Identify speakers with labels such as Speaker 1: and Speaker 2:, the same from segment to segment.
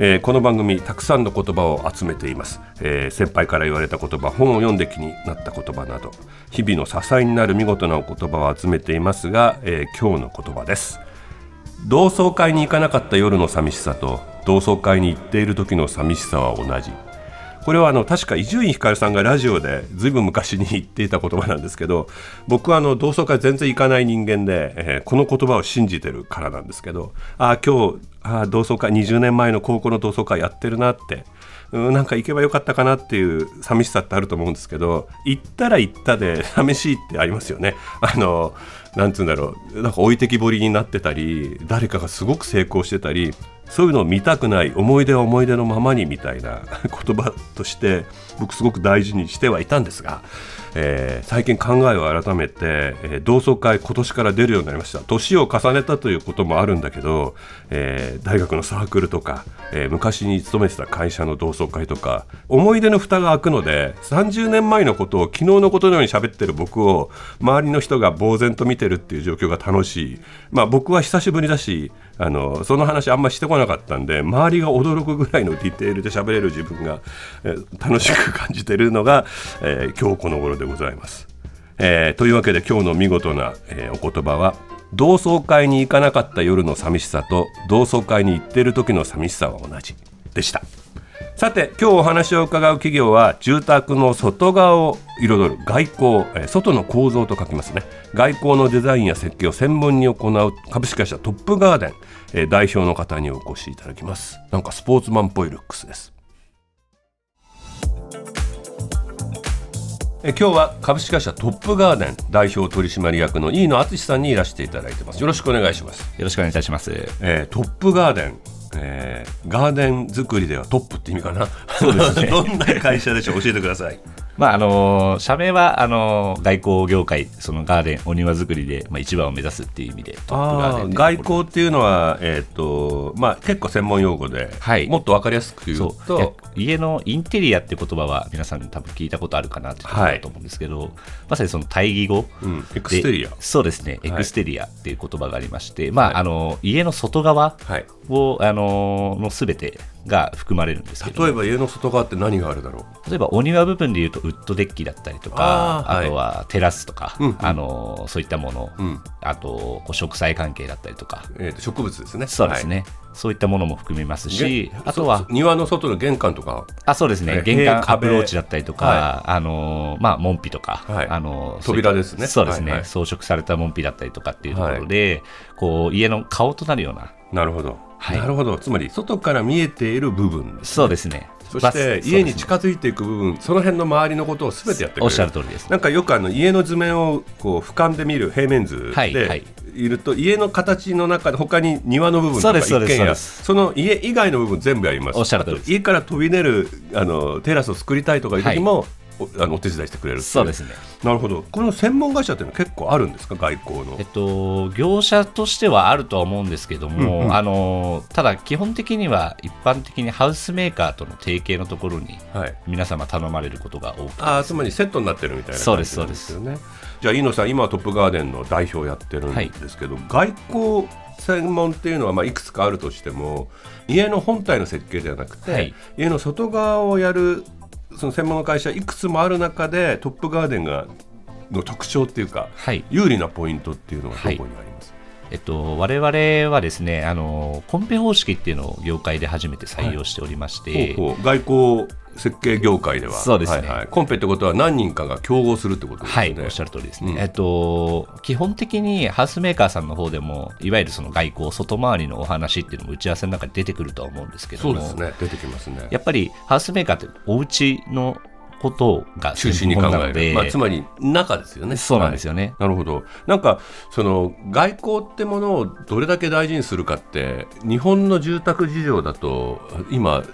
Speaker 1: えーこの番組たくさんの言葉を集めています、えー先輩から言われた言葉本を読んで気になった言葉など日々の支えになる見事なお言葉を集めていますが、えー今日の言葉です同窓会に行かなかった夜の寂しさと同窓会に行っている時の寂しさは同じこれはあの確か伊集院光さんがラジオでずいぶん昔に言っていた言葉なんですけど僕はあの同窓会全然行かない人間で、えーこの言葉を信じてるからなんですけどああ今日あー同窓会20年前の高校の同窓会やってるなってうんなんか行けばよかったかなっていう寂しさってあると思うんですけど行ったら行ったで寂しいってありますよね。あのなんつうんだろうなんか置いてきぼりになってたり誰かがすごく成功してたりそういうのを見たくない思い出は思い出のままにみたいな 言葉として僕すごく大事にしてはいたんですが、えー最近考えを改めて、えー同窓会今年から出るようになりました年を重ねたということもあるんだけど、えー大学のサークルとか、えー昔に勤めてた会社の同窓会とか思い出の蓋が開くので30年前のことを昨日のことのように喋ってる僕を周りの人が呆然と見てるっていう状況が楽しい、まあ、僕は久しぶりだしあのその話あんましてこなかったんで周りが驚くぐらいのディテールで喋れる自分が、えー楽しく感じてるのが、えー今日この頃でございます。えーというわけで今日の見事な、えーお言葉は同窓会に行かなかった夜の寂しさと同窓会に行ってる時の寂しさは同じでした。さて今日お話を伺う企業は住宅の外側を彩る外交えー外の構造と書きますね外交のデザインや設計を専門に行う株式会社トップガーデンえー代表の方にお越しいただきますなんかスポーツマンっぽいルックスですえー今日は株式会社トップガーデン代表取締役の飯野敦さんにいらしていただいてますよろしくお願いします
Speaker 2: よろしくお願いいたします。
Speaker 1: えートップガーデン、えーガーデン作りではトップって意味かなそうです、 ね、どんな会社でしょう教えてください
Speaker 2: まあ、あの、社名は、あの、外交業界、そのガーデン、お庭作りで、まあ、一番を目指すっていう意味で、トップガーデン
Speaker 1: あ
Speaker 2: っ
Speaker 1: ー
Speaker 2: ていう
Speaker 1: 外
Speaker 2: とこ
Speaker 1: 交っていうのは、えーとまあ、結構専門用語で、
Speaker 2: はい
Speaker 1: もっと分かりやすく言う
Speaker 2: ろそういや
Speaker 1: と
Speaker 2: 家のインテリアって言葉は皆さん多分聞いたことあるかなってところだと思うんですけど、まさにその対義語、
Speaker 1: うんエクステリア
Speaker 2: でそうですね、エクステリアっていう言葉がありまして、まあ、あの家の外側
Speaker 1: はい
Speaker 2: を、あののすべてが含まれるんですけど
Speaker 1: 例えば家の外側って何があるだろ
Speaker 2: 例えばお庭部分でいうとウッドデッキだったりと
Speaker 1: あ
Speaker 2: か
Speaker 1: ー
Speaker 2: あ,、
Speaker 1: はい
Speaker 2: とはテラスとか、
Speaker 1: うんうん
Speaker 2: あのそういったもの、
Speaker 1: ん
Speaker 2: あとこう植栽関係だったりとか
Speaker 1: う、えーと植物ですね
Speaker 2: そうですね、そういったものも含みます
Speaker 1: はい
Speaker 2: し
Speaker 1: げ
Speaker 2: あとは
Speaker 1: そ庭の外の玄関とか
Speaker 2: あそうです
Speaker 1: え
Speaker 2: ね玄
Speaker 1: 塀
Speaker 2: 関
Speaker 1: 壁
Speaker 2: アプローチだったりとか、
Speaker 1: は
Speaker 2: あのまあ、門扉とか、
Speaker 1: はい
Speaker 2: あの
Speaker 1: 扉
Speaker 2: そうい
Speaker 1: で
Speaker 2: った
Speaker 1: すね
Speaker 2: そうですね、
Speaker 1: はいはい
Speaker 2: 装飾された門扉だったりとかっていうところで、こう家の顔となるような
Speaker 1: なるほど、
Speaker 2: はい
Speaker 1: なるほどつまり外から見えている部分です
Speaker 2: そうですね
Speaker 1: そ
Speaker 2: バ
Speaker 1: し
Speaker 2: スそう
Speaker 1: て
Speaker 2: ですね
Speaker 1: 家に近づいていく部分その辺の周りのことを全てやってくれる
Speaker 2: おっしゃる通りです
Speaker 1: なんかよくあの家の図面をこう俯瞰で見る平面図
Speaker 2: はいは
Speaker 1: で
Speaker 2: い
Speaker 1: いると家の形の中で他に庭の部分と
Speaker 2: そう
Speaker 1: か
Speaker 2: ですそう
Speaker 1: 一
Speaker 2: で
Speaker 1: 軒
Speaker 2: すそう
Speaker 1: 家
Speaker 2: です
Speaker 1: その家以外の部分全部やります
Speaker 2: おっしゃる通りです
Speaker 1: あと家から飛び出るあのテラスを作りたいとかいう時も、おあのお手伝いしてくれるってい
Speaker 2: そうですね
Speaker 1: なるほどこの専門会社っていうのは結構あるんですか外交の
Speaker 2: えっと、業者としてはあるとは思うんですけども、
Speaker 1: うんうん
Speaker 2: あのただ、基本的には一般的にハウスメーカーとの提携のところに
Speaker 1: はい
Speaker 2: 皆様頼まれることが多く
Speaker 1: あーつまりセットになってるみたいな
Speaker 2: そ
Speaker 1: 感
Speaker 2: うです
Speaker 1: じなんですよねじゃあ飯野さん今はトップガーデンの代表やってるん
Speaker 2: はい
Speaker 1: ですけど、外交専門っていうのはまあいくつかあるとしても家の本体の設計じゃなくて、
Speaker 2: はい
Speaker 1: 家の外側をやるその専門の会社いくつもある中でトップガーデンがの特徴っていうか
Speaker 2: はい
Speaker 1: 有利なポイントっていうのはどこにあります、
Speaker 2: えっと、我々はですねあのコンペ方式っていうのを業界で初めて採用しておりまして、
Speaker 1: ほうほう外交設計業界では
Speaker 2: そうですね
Speaker 1: はいはい、コンペってことは何人かが競合するってことです
Speaker 2: は
Speaker 1: よ
Speaker 2: い、
Speaker 1: ね、
Speaker 2: おっしゃる通りですね、
Speaker 1: うん
Speaker 2: えっと、基本的にハウスメーカーさんの方でも、いわゆるその外交、外回りのお話っていうのも打ち合わせの中で出てくるとは思うんですけど
Speaker 1: そ
Speaker 2: も、
Speaker 1: うですね出てきますね
Speaker 2: やっぱりハウスメーカーってお家のことが
Speaker 1: 中心に考
Speaker 2: 専門な
Speaker 1: え
Speaker 2: の
Speaker 1: る、
Speaker 2: で、
Speaker 1: まあ、つまり中ですよね
Speaker 2: そうなんですよね。
Speaker 1: はいなるほどなんかその外交ってものをどれだけ大事にするかって日本の住宅事情だと今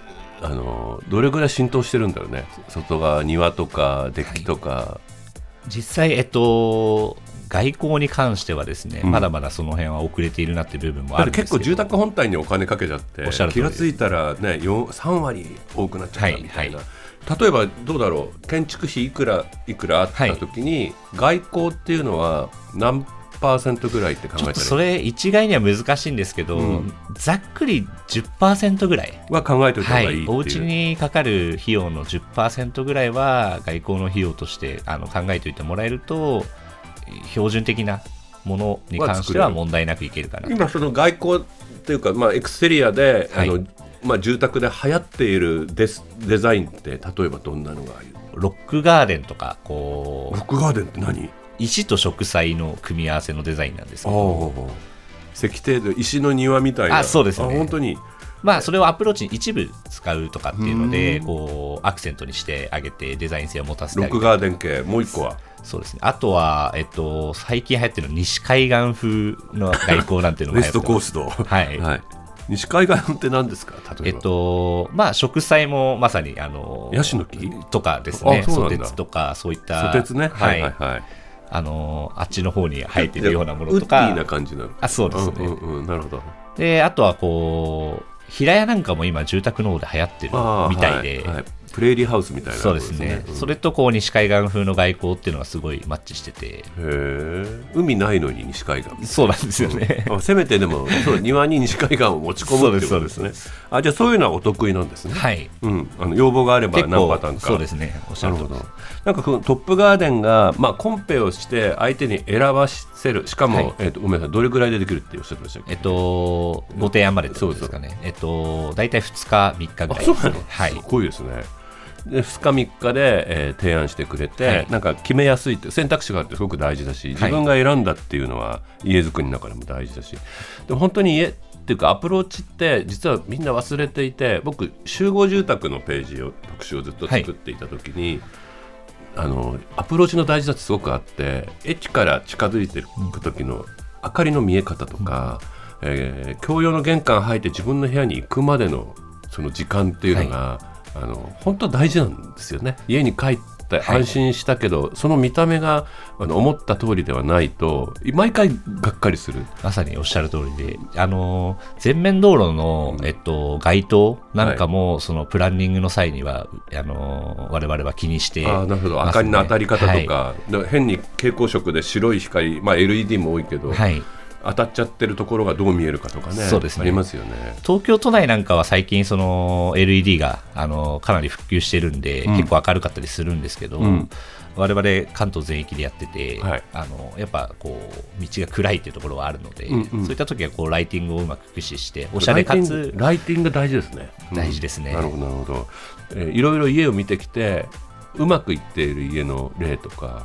Speaker 1: あのどれぐらい浸透してるんだろうね外側庭とかデッキとか、
Speaker 2: 実際、えっと、外交に関してはですね、
Speaker 1: うん
Speaker 2: まだまだその辺は遅れているなっていう部分も
Speaker 1: だ
Speaker 2: あ
Speaker 1: って
Speaker 2: るんで
Speaker 1: 結
Speaker 2: すけ
Speaker 1: 構
Speaker 2: ど
Speaker 1: 住宅本体にお金かけちゃって
Speaker 2: おっしゃる
Speaker 1: 気
Speaker 2: 通り
Speaker 1: が
Speaker 2: です
Speaker 1: ついたらねよん3割多くなっちゃったみたいな、
Speaker 2: はい
Speaker 1: 例えばどうだろう建築費いくらいくらあった時に、外交っていうのは何パーセントぐらいって考え
Speaker 2: ちょ
Speaker 1: た
Speaker 2: っと
Speaker 1: ら
Speaker 2: それ一概には難しいんですけど、
Speaker 1: うん
Speaker 2: ざっくり10%ぐらい、
Speaker 1: は考えておいた
Speaker 2: は
Speaker 1: 方がいい
Speaker 2: い、
Speaker 1: って
Speaker 2: お
Speaker 1: い
Speaker 2: 家
Speaker 1: う、
Speaker 2: にかかる費用の10%ぐらいは外交の費用としてあの考えておいてもらえると標準的なものに関しては問題なくいけるかなと
Speaker 1: 今その外交っていうか、まあ、エクステリアで、
Speaker 2: はい
Speaker 1: あのまあ、住宅で流行っているデスデザインって例えばどんなのがある
Speaker 2: ロックガーデンとかこ
Speaker 1: ロ
Speaker 2: う
Speaker 1: ックガーデンって何
Speaker 2: 石と植栽の組み合わせのデザインなんですけど
Speaker 1: ああ石庭で石の庭みたいな
Speaker 2: あそうですね
Speaker 1: あ本当に
Speaker 2: まあ、それをアプローチに一部使うとかっていうので、
Speaker 1: うん
Speaker 2: こう、アクセントにしてあげて、デザイン性を持たせて
Speaker 1: ロ
Speaker 2: あ
Speaker 1: ッ
Speaker 2: げ
Speaker 1: ク
Speaker 2: て。
Speaker 1: ガーデン系もう一個は
Speaker 2: そうですね。あとは、えっと、最近流行ってるの西海岸風の外交なんていうの
Speaker 1: ウ
Speaker 2: が
Speaker 1: エ
Speaker 2: 流行
Speaker 1: ス
Speaker 2: って
Speaker 1: ト
Speaker 2: ます
Speaker 1: コースト
Speaker 2: はい
Speaker 1: 西海岸って何ですか例
Speaker 2: え
Speaker 1: えば、
Speaker 2: っと、まあ、植栽もまさに、あの、
Speaker 1: ヤシの木
Speaker 2: とかです
Speaker 1: あ
Speaker 2: ね、
Speaker 1: そうな
Speaker 2: ソ
Speaker 1: んだ
Speaker 2: テツとか、そういった、
Speaker 1: ソテツね
Speaker 2: は、
Speaker 1: はいいはいはい
Speaker 2: あの、あっちの方に生えてるようなものとか、
Speaker 1: ウッディーな感じなの
Speaker 2: あ、そうですね。
Speaker 1: うんうんうんなるほど
Speaker 2: で、あとは、こう、平屋なんかも今、住宅の方で流行ってる
Speaker 1: あー
Speaker 2: みたいで、
Speaker 1: ははプレーリーハウスみたいな
Speaker 2: そうですね、
Speaker 1: うん
Speaker 2: それとこう西海岸風の外交っていうのはすごいマッチしてて、
Speaker 1: へえ海ないのに西海岸
Speaker 2: そうなんですよね。
Speaker 1: あせめてでもそう庭に西海岸を持ち込むってことです
Speaker 2: そう
Speaker 1: ね
Speaker 2: です
Speaker 1: あじゃあそういうのはお得意なんですね、
Speaker 2: はい、
Speaker 1: うん、あの要望があれば
Speaker 2: 結
Speaker 1: 何パ
Speaker 2: 構
Speaker 1: ターンか
Speaker 2: そうですね、おっしゃ
Speaker 1: な
Speaker 2: る
Speaker 1: るほ
Speaker 2: とり
Speaker 1: ど
Speaker 2: です。
Speaker 1: なんかこのトップガーデンが、まあ、コンペをして相手に選ばせるしかも、
Speaker 2: はい
Speaker 1: えっとごめんなさいどれぐらいでできるっておっしゃってましたっけ
Speaker 2: えっと、ご提案までってことですかね、えっと、大体2日、3日ぐら
Speaker 1: あ
Speaker 2: い
Speaker 1: そ
Speaker 2: で
Speaker 1: うな
Speaker 2: す
Speaker 1: の、
Speaker 2: ね、はい
Speaker 1: す、ごいですねで2日3日で、えー提案してくれて、
Speaker 2: はい
Speaker 1: なんか決めやすいって選択肢があってすごく大事だし自分が選んだっていうのは家づくりの中でも大事だしでも本当に家っていうかアプローチって実はみんな忘れていて僕集合住宅のページを特集をずっと作っていた時に、あのアプローチの大事さってすごくあって駅から近づいていく時の明かりの見え方とか、えー共用の玄関入って自分の部屋に行くまでのその時間っていうのが、あの本当は大事なんですよね。家に帰って
Speaker 2: はい
Speaker 1: 安心したけど、その見た目があの思った通りではないと毎回がっかりする。
Speaker 2: まさにおっしゃる通りで、あの、全面道路の、えっと、街灯なんかも、そのプランニングの際には、あの、我々は気にして、
Speaker 1: あーなるほど明かりの当たり方とか,、だから変に蛍光色で白い光、まあ、LED も多いけど、
Speaker 2: はい。はい
Speaker 1: 当たっちゃってるところがどう見えるかとかね
Speaker 2: そうですね
Speaker 1: ありますよね。
Speaker 2: 東京都内なんかは最近その LED があのかなり普及してるんで、
Speaker 1: うん
Speaker 2: 結構明るかったりするんですけど、
Speaker 1: うん
Speaker 2: 我々関東全域でやってて、
Speaker 1: はい
Speaker 2: あのやっぱこう道が暗いっていうところはあるので、
Speaker 1: うんうん
Speaker 2: そういった時はこうライティングをうまく駆使しておしゃれかつ
Speaker 1: ライティングライティング大事ですね。うん
Speaker 2: 大事ですね
Speaker 1: なるほどなるほど、えーいろいろ家を見てきてうまくいっている家の例とか、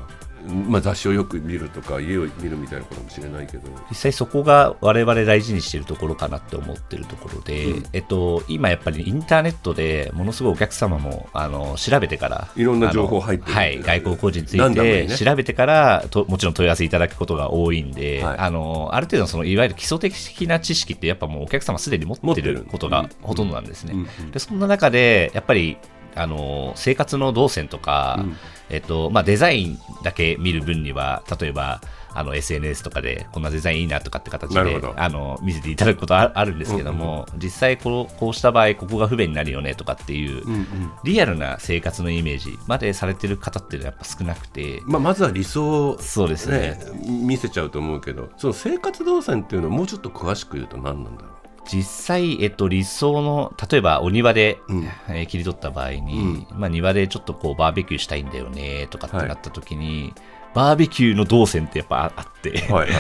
Speaker 1: まあ、雑誌をよく見るとか家を見るみたいなことかもしれないけど。
Speaker 2: 実際そこが我々大事にしてるところかなって思ってるところで、
Speaker 1: うん
Speaker 2: えっと、今やっぱりインターネットでものすごいお客様もあの調べてから
Speaker 1: いろんな
Speaker 2: あの
Speaker 1: 情報入ってる
Speaker 2: はい、外交工事につ
Speaker 1: ラ
Speaker 2: い
Speaker 1: ンダムに
Speaker 2: て
Speaker 1: ね
Speaker 2: 調べてから、ともちろん問い合わせいただくことが多いんで、
Speaker 1: はい
Speaker 2: あのある程度そのいわゆる基礎的な知識ってやっぱもうお客様すでに持って
Speaker 1: 持って
Speaker 2: る
Speaker 1: る
Speaker 2: ことがほとんどなんですね。
Speaker 1: うん
Speaker 2: でそんな中でやっぱりあの生活の動線とか、
Speaker 1: うん
Speaker 2: えっとまあ、デザインだけ見る分には例えばあの SNS とかでこんなデザインいいなとかって形
Speaker 1: なるほ
Speaker 2: で
Speaker 1: ど
Speaker 2: あの見せていただくことああるんですけども、実際こうこうした場合ここが不便になるよねとかっていう、
Speaker 1: うんうん
Speaker 2: リアルな生活のイメージまでされてる方っていうのはやっぱ少なくて、
Speaker 1: まあ、まずは理想を
Speaker 2: そうですね
Speaker 1: 見せちゃうと思うけどその生活動線っていうのをもうちょっと詳しく言うと何なんだろう
Speaker 2: 実際、えっと、理想の例えばお庭で、
Speaker 1: うん
Speaker 2: えー切り取った場合に、まあ、庭でちょっとこうバーベキューしたいんだよねとかってなった時に、バーベキューの動線ってやっぱああって、
Speaker 1: はいはいはい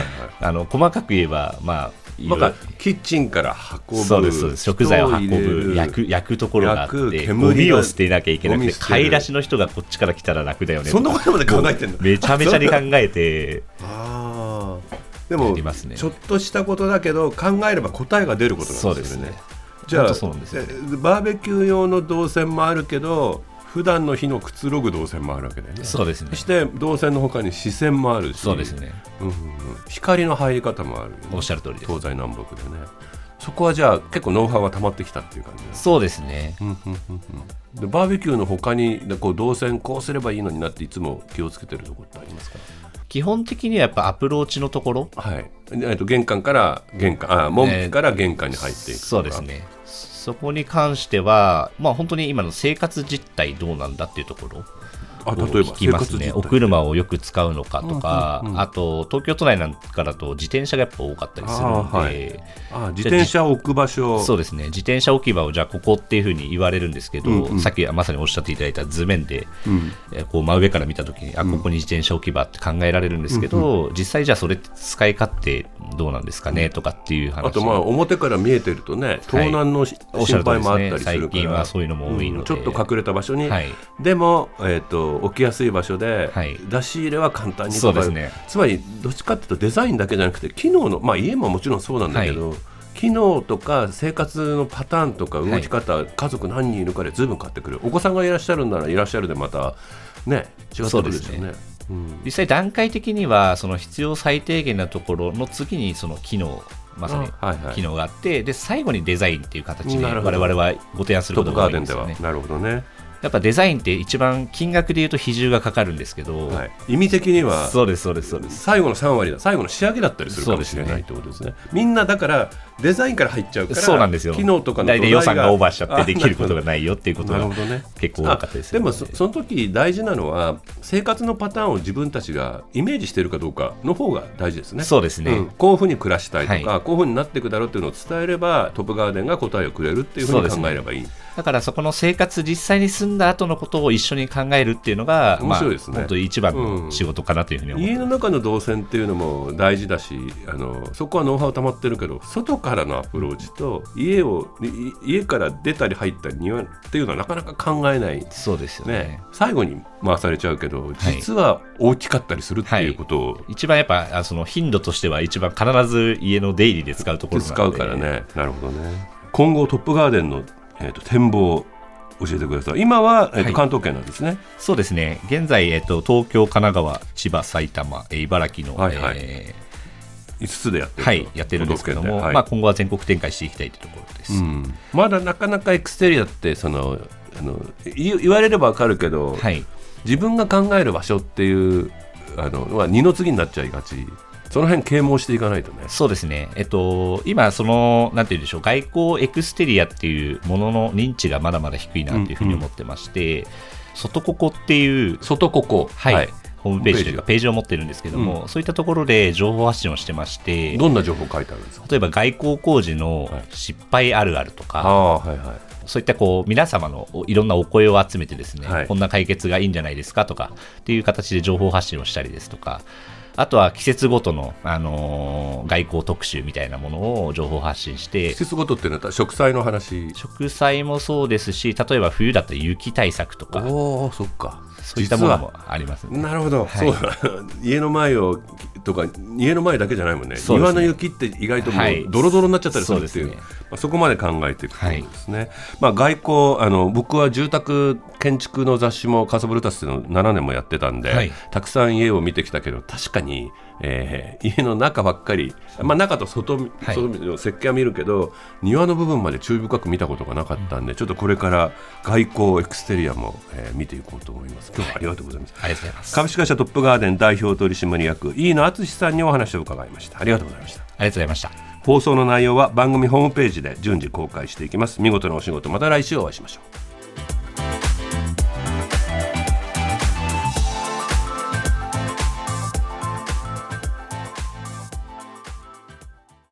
Speaker 2: あの細かく言えばまあいろ
Speaker 1: ないん
Speaker 2: ろ
Speaker 1: かキッチンから運ぶ
Speaker 2: そうですそうです食材を運
Speaker 1: 人入れ
Speaker 2: ぶ
Speaker 1: る
Speaker 2: 焼く焼くところがあっ
Speaker 1: 焼
Speaker 2: て
Speaker 1: く煙
Speaker 2: ゴ
Speaker 1: が
Speaker 2: ミを捨てなきゃいけなく
Speaker 1: ゴ
Speaker 2: て
Speaker 1: ミ捨てる
Speaker 2: 買い出しの人がこっちから来たら楽だよねとか
Speaker 1: そんなことまで考えてんの
Speaker 2: めちゃめちゃに考 えて
Speaker 1: あーで
Speaker 2: や
Speaker 1: も
Speaker 2: りますね
Speaker 1: ちょっとしたことだけど考えれば答えが出ることなんですよね。
Speaker 2: そうですね
Speaker 1: じゃ
Speaker 2: 本
Speaker 1: あ
Speaker 2: 当そうなんですよね
Speaker 1: えバーベキュー用の動線もあるけど普段の日のくつろぐ動線もあるわけだよね。
Speaker 2: そうですね
Speaker 1: そして動線の他に視線もあるし
Speaker 2: そうですね
Speaker 1: うんうんうん光の入り方もあるよね、
Speaker 2: おっしゃる通りです
Speaker 1: 東西南北でね。そこはじゃあ結構ノウハウは溜まってきたっていう感じです
Speaker 2: そうですね
Speaker 1: うんうんうんうんでバーベキューの他にでこう動線こうすればいいのになっていつも気をつけてるところってありますか
Speaker 2: 基本的にはやっぱアプローチのところ
Speaker 1: はい、えっと、玄関から玄関あ門から玄関に入っていくとか、
Speaker 2: そうですねそこに関しては、まあ、本当に今の生活実態どうなんだっていうところ
Speaker 1: あ例えば
Speaker 2: 聞きますね、お
Speaker 1: る
Speaker 2: 車をよく使うのかとか、
Speaker 1: うんうんうん
Speaker 2: あと東京都内なんかだと自転車がやっぱ多かったりするので、
Speaker 1: あーはあ自転車を置く場所
Speaker 2: そうですね自転車置き場をじゃあここっていうふうに言われるんですけど、
Speaker 1: うんうん
Speaker 2: さっきまさにおっしゃっていただいた図面で、
Speaker 1: うん
Speaker 2: えーこう真上から見たときにあここに自転車置き場って考えられるんですけど、実際じゃあそれって使い勝手どうなんですかねとかっていう話
Speaker 1: あとまあ表から見えてるとね盗難のし
Speaker 2: おっしゃ
Speaker 1: 心
Speaker 2: る通り
Speaker 1: 配もあったりするか
Speaker 2: ですね
Speaker 1: ら、
Speaker 2: 最近はそういうのも多いので
Speaker 1: んちょっと隠れた場所に、
Speaker 2: はい
Speaker 1: でも、えー、と置きやすい場所で、
Speaker 2: はい
Speaker 1: 出し入れは簡単に
Speaker 2: そうですね
Speaker 1: つまりどっちかっていうとデザインだけじゃなくて機能のまあ家ももちろんそうなんだけど、機能とか生活のパターンとか動き方、家族何人いるかでずいぶん変わってくるお子さんがいらっしゃるならいらっしゃるでまたね違ってくるでしょう
Speaker 2: そう
Speaker 1: ね
Speaker 2: で。実際段階的にはその必要最低限なところの次にその機能まさに
Speaker 1: あはいはい
Speaker 2: 機能があってで最後にデザインっていう形で
Speaker 1: な
Speaker 2: 我
Speaker 1: るほど
Speaker 2: 々はご提案す
Speaker 1: うん
Speaker 2: る
Speaker 1: ト
Speaker 2: こ
Speaker 1: ップガー
Speaker 2: とが多い
Speaker 1: デ
Speaker 2: ん
Speaker 1: ン
Speaker 2: で
Speaker 1: です
Speaker 2: よ
Speaker 1: は、
Speaker 2: ね
Speaker 1: なるほどね、
Speaker 2: やっぱデザインって一番金額でいうと比重がかかるんですけど、
Speaker 1: はい、意味的には
Speaker 2: そうですそうですそうです
Speaker 1: 最後の3割だ最後の仕上げだったりするかもしれないってことですねみんなだからデザインから入っちゃうから
Speaker 2: そうなんですよ
Speaker 1: 機能とかの
Speaker 2: 大体予算がオーバーしちゃってできること
Speaker 1: が
Speaker 2: がないよっていうこと
Speaker 1: なる
Speaker 2: が
Speaker 1: ほどね
Speaker 2: 結構多かったです
Speaker 1: あで
Speaker 2: よね
Speaker 1: もそその時大事なのは生活のパターンを自分たちがイメージしてるかどうかの方が大事ですね
Speaker 2: そうですね
Speaker 1: んこういうふうに暮らしたいとか、
Speaker 2: は
Speaker 1: こういうふうになっていくだろうっていうのを伝えればトップガーデンが答えをくれるっていうふうに考えればいい、
Speaker 2: だからそこの生活実際に住んだ後のことを一緒に考えるっていうのが
Speaker 1: 面白いですね
Speaker 2: まあ、本当に一番の仕事かなというふうに思って
Speaker 1: 家
Speaker 2: ます
Speaker 1: の中の動線っていうのも大事だしあのそこはノウハウ溜まってるけど外からのアプローチと家をいい家から出たり入ったり庭っていうのはなかなか考えない、ね、
Speaker 2: そうですよね
Speaker 1: 最後に回されちゃうけど
Speaker 2: い
Speaker 1: 実は大きかったりするっていうことを、
Speaker 2: 一番やっぱあその頻度としては一番必ず家の出入りで使うところなので
Speaker 1: 使うからねなるほどね今後トップガーデンの、えーと展望を教えてください今は、えーと
Speaker 2: はい
Speaker 1: 関東圏なんですね、
Speaker 2: そうですね現在、えっと、東京神奈川千葉埼玉えー茨城の、
Speaker 1: はいはい
Speaker 2: え
Speaker 1: 5つでやってる
Speaker 2: ーはいやってるんですけど
Speaker 1: 都
Speaker 2: も、
Speaker 1: 道府県ではい
Speaker 2: まあ、今後は全国展開していきたいというところです、
Speaker 1: うんまだなかなかエクステリアってそのあのい言われればわかるけど、
Speaker 2: はい
Speaker 1: 自分が考える場所っていうあのは二の次になっちゃいがちその辺啓蒙していかないとね
Speaker 2: そうですね、えっと、今、その、なんていうんでしょう、外交エクステリアっていうものの認知がまだまだ低いなっていうふうに思ってまして、外ここっていう、
Speaker 1: 外ここ
Speaker 2: はい、ホームページというか、
Speaker 1: ホーム
Speaker 2: ページを持ってるんですけども、そういったところで情報発信をしてまして、
Speaker 1: どんな情報書いてあるんですか
Speaker 2: 例えば外交工事の
Speaker 1: はい
Speaker 2: 失敗あるあるとか、
Speaker 1: ああはいはい
Speaker 2: そういったこう皆様のおいろんなお声を集めてですね、
Speaker 1: はい
Speaker 2: こんな解決がいいんじゃないですかとかっていう形で情報発信をしたりですとか、あとは季節ごとの、あのー外交特集みたいなものを情報発信し
Speaker 1: 季
Speaker 2: て、
Speaker 1: 節ごとっていうのは植栽の話
Speaker 2: 植栽もそうですし、例えば冬だったら雪対策とか、
Speaker 1: おおそっか
Speaker 2: そういったものもありますね。
Speaker 1: なるほど、
Speaker 2: はい
Speaker 1: そう だ家の前をとか家の前だけじゃないもんね
Speaker 2: そうで
Speaker 1: 庭
Speaker 2: すね
Speaker 1: の雪って意外とも
Speaker 2: は
Speaker 1: う
Speaker 2: い
Speaker 1: ドロドロになっちゃったりするっていう,、
Speaker 2: そ
Speaker 1: そ
Speaker 2: うです
Speaker 1: まあ、そこまで考えていくってことですね、まあ、外交あの僕は住宅建築の雑誌もカサブルタスの7年もやってたんで、
Speaker 2: はい
Speaker 1: たくさん家を見てきたけど確かに、えー家の中ばっかり、まあ、中と外,、
Speaker 2: はい
Speaker 1: 外の設計は見るけど庭の部分まで注意深く見たことがなかったんで、ちょっとこれから外交エクステリアも、えー見ていこうと思います今日はありがとうございます、
Speaker 2: ありがとうございます。あり
Speaker 1: 株式会社トップガーデン代表取締役飯野敦さんにお話を伺いましたありがとうございました
Speaker 2: がとうございました。
Speaker 1: 放送の内容は番組ホームページで順次公開していきます見事なお仕事また来週お会いしましょう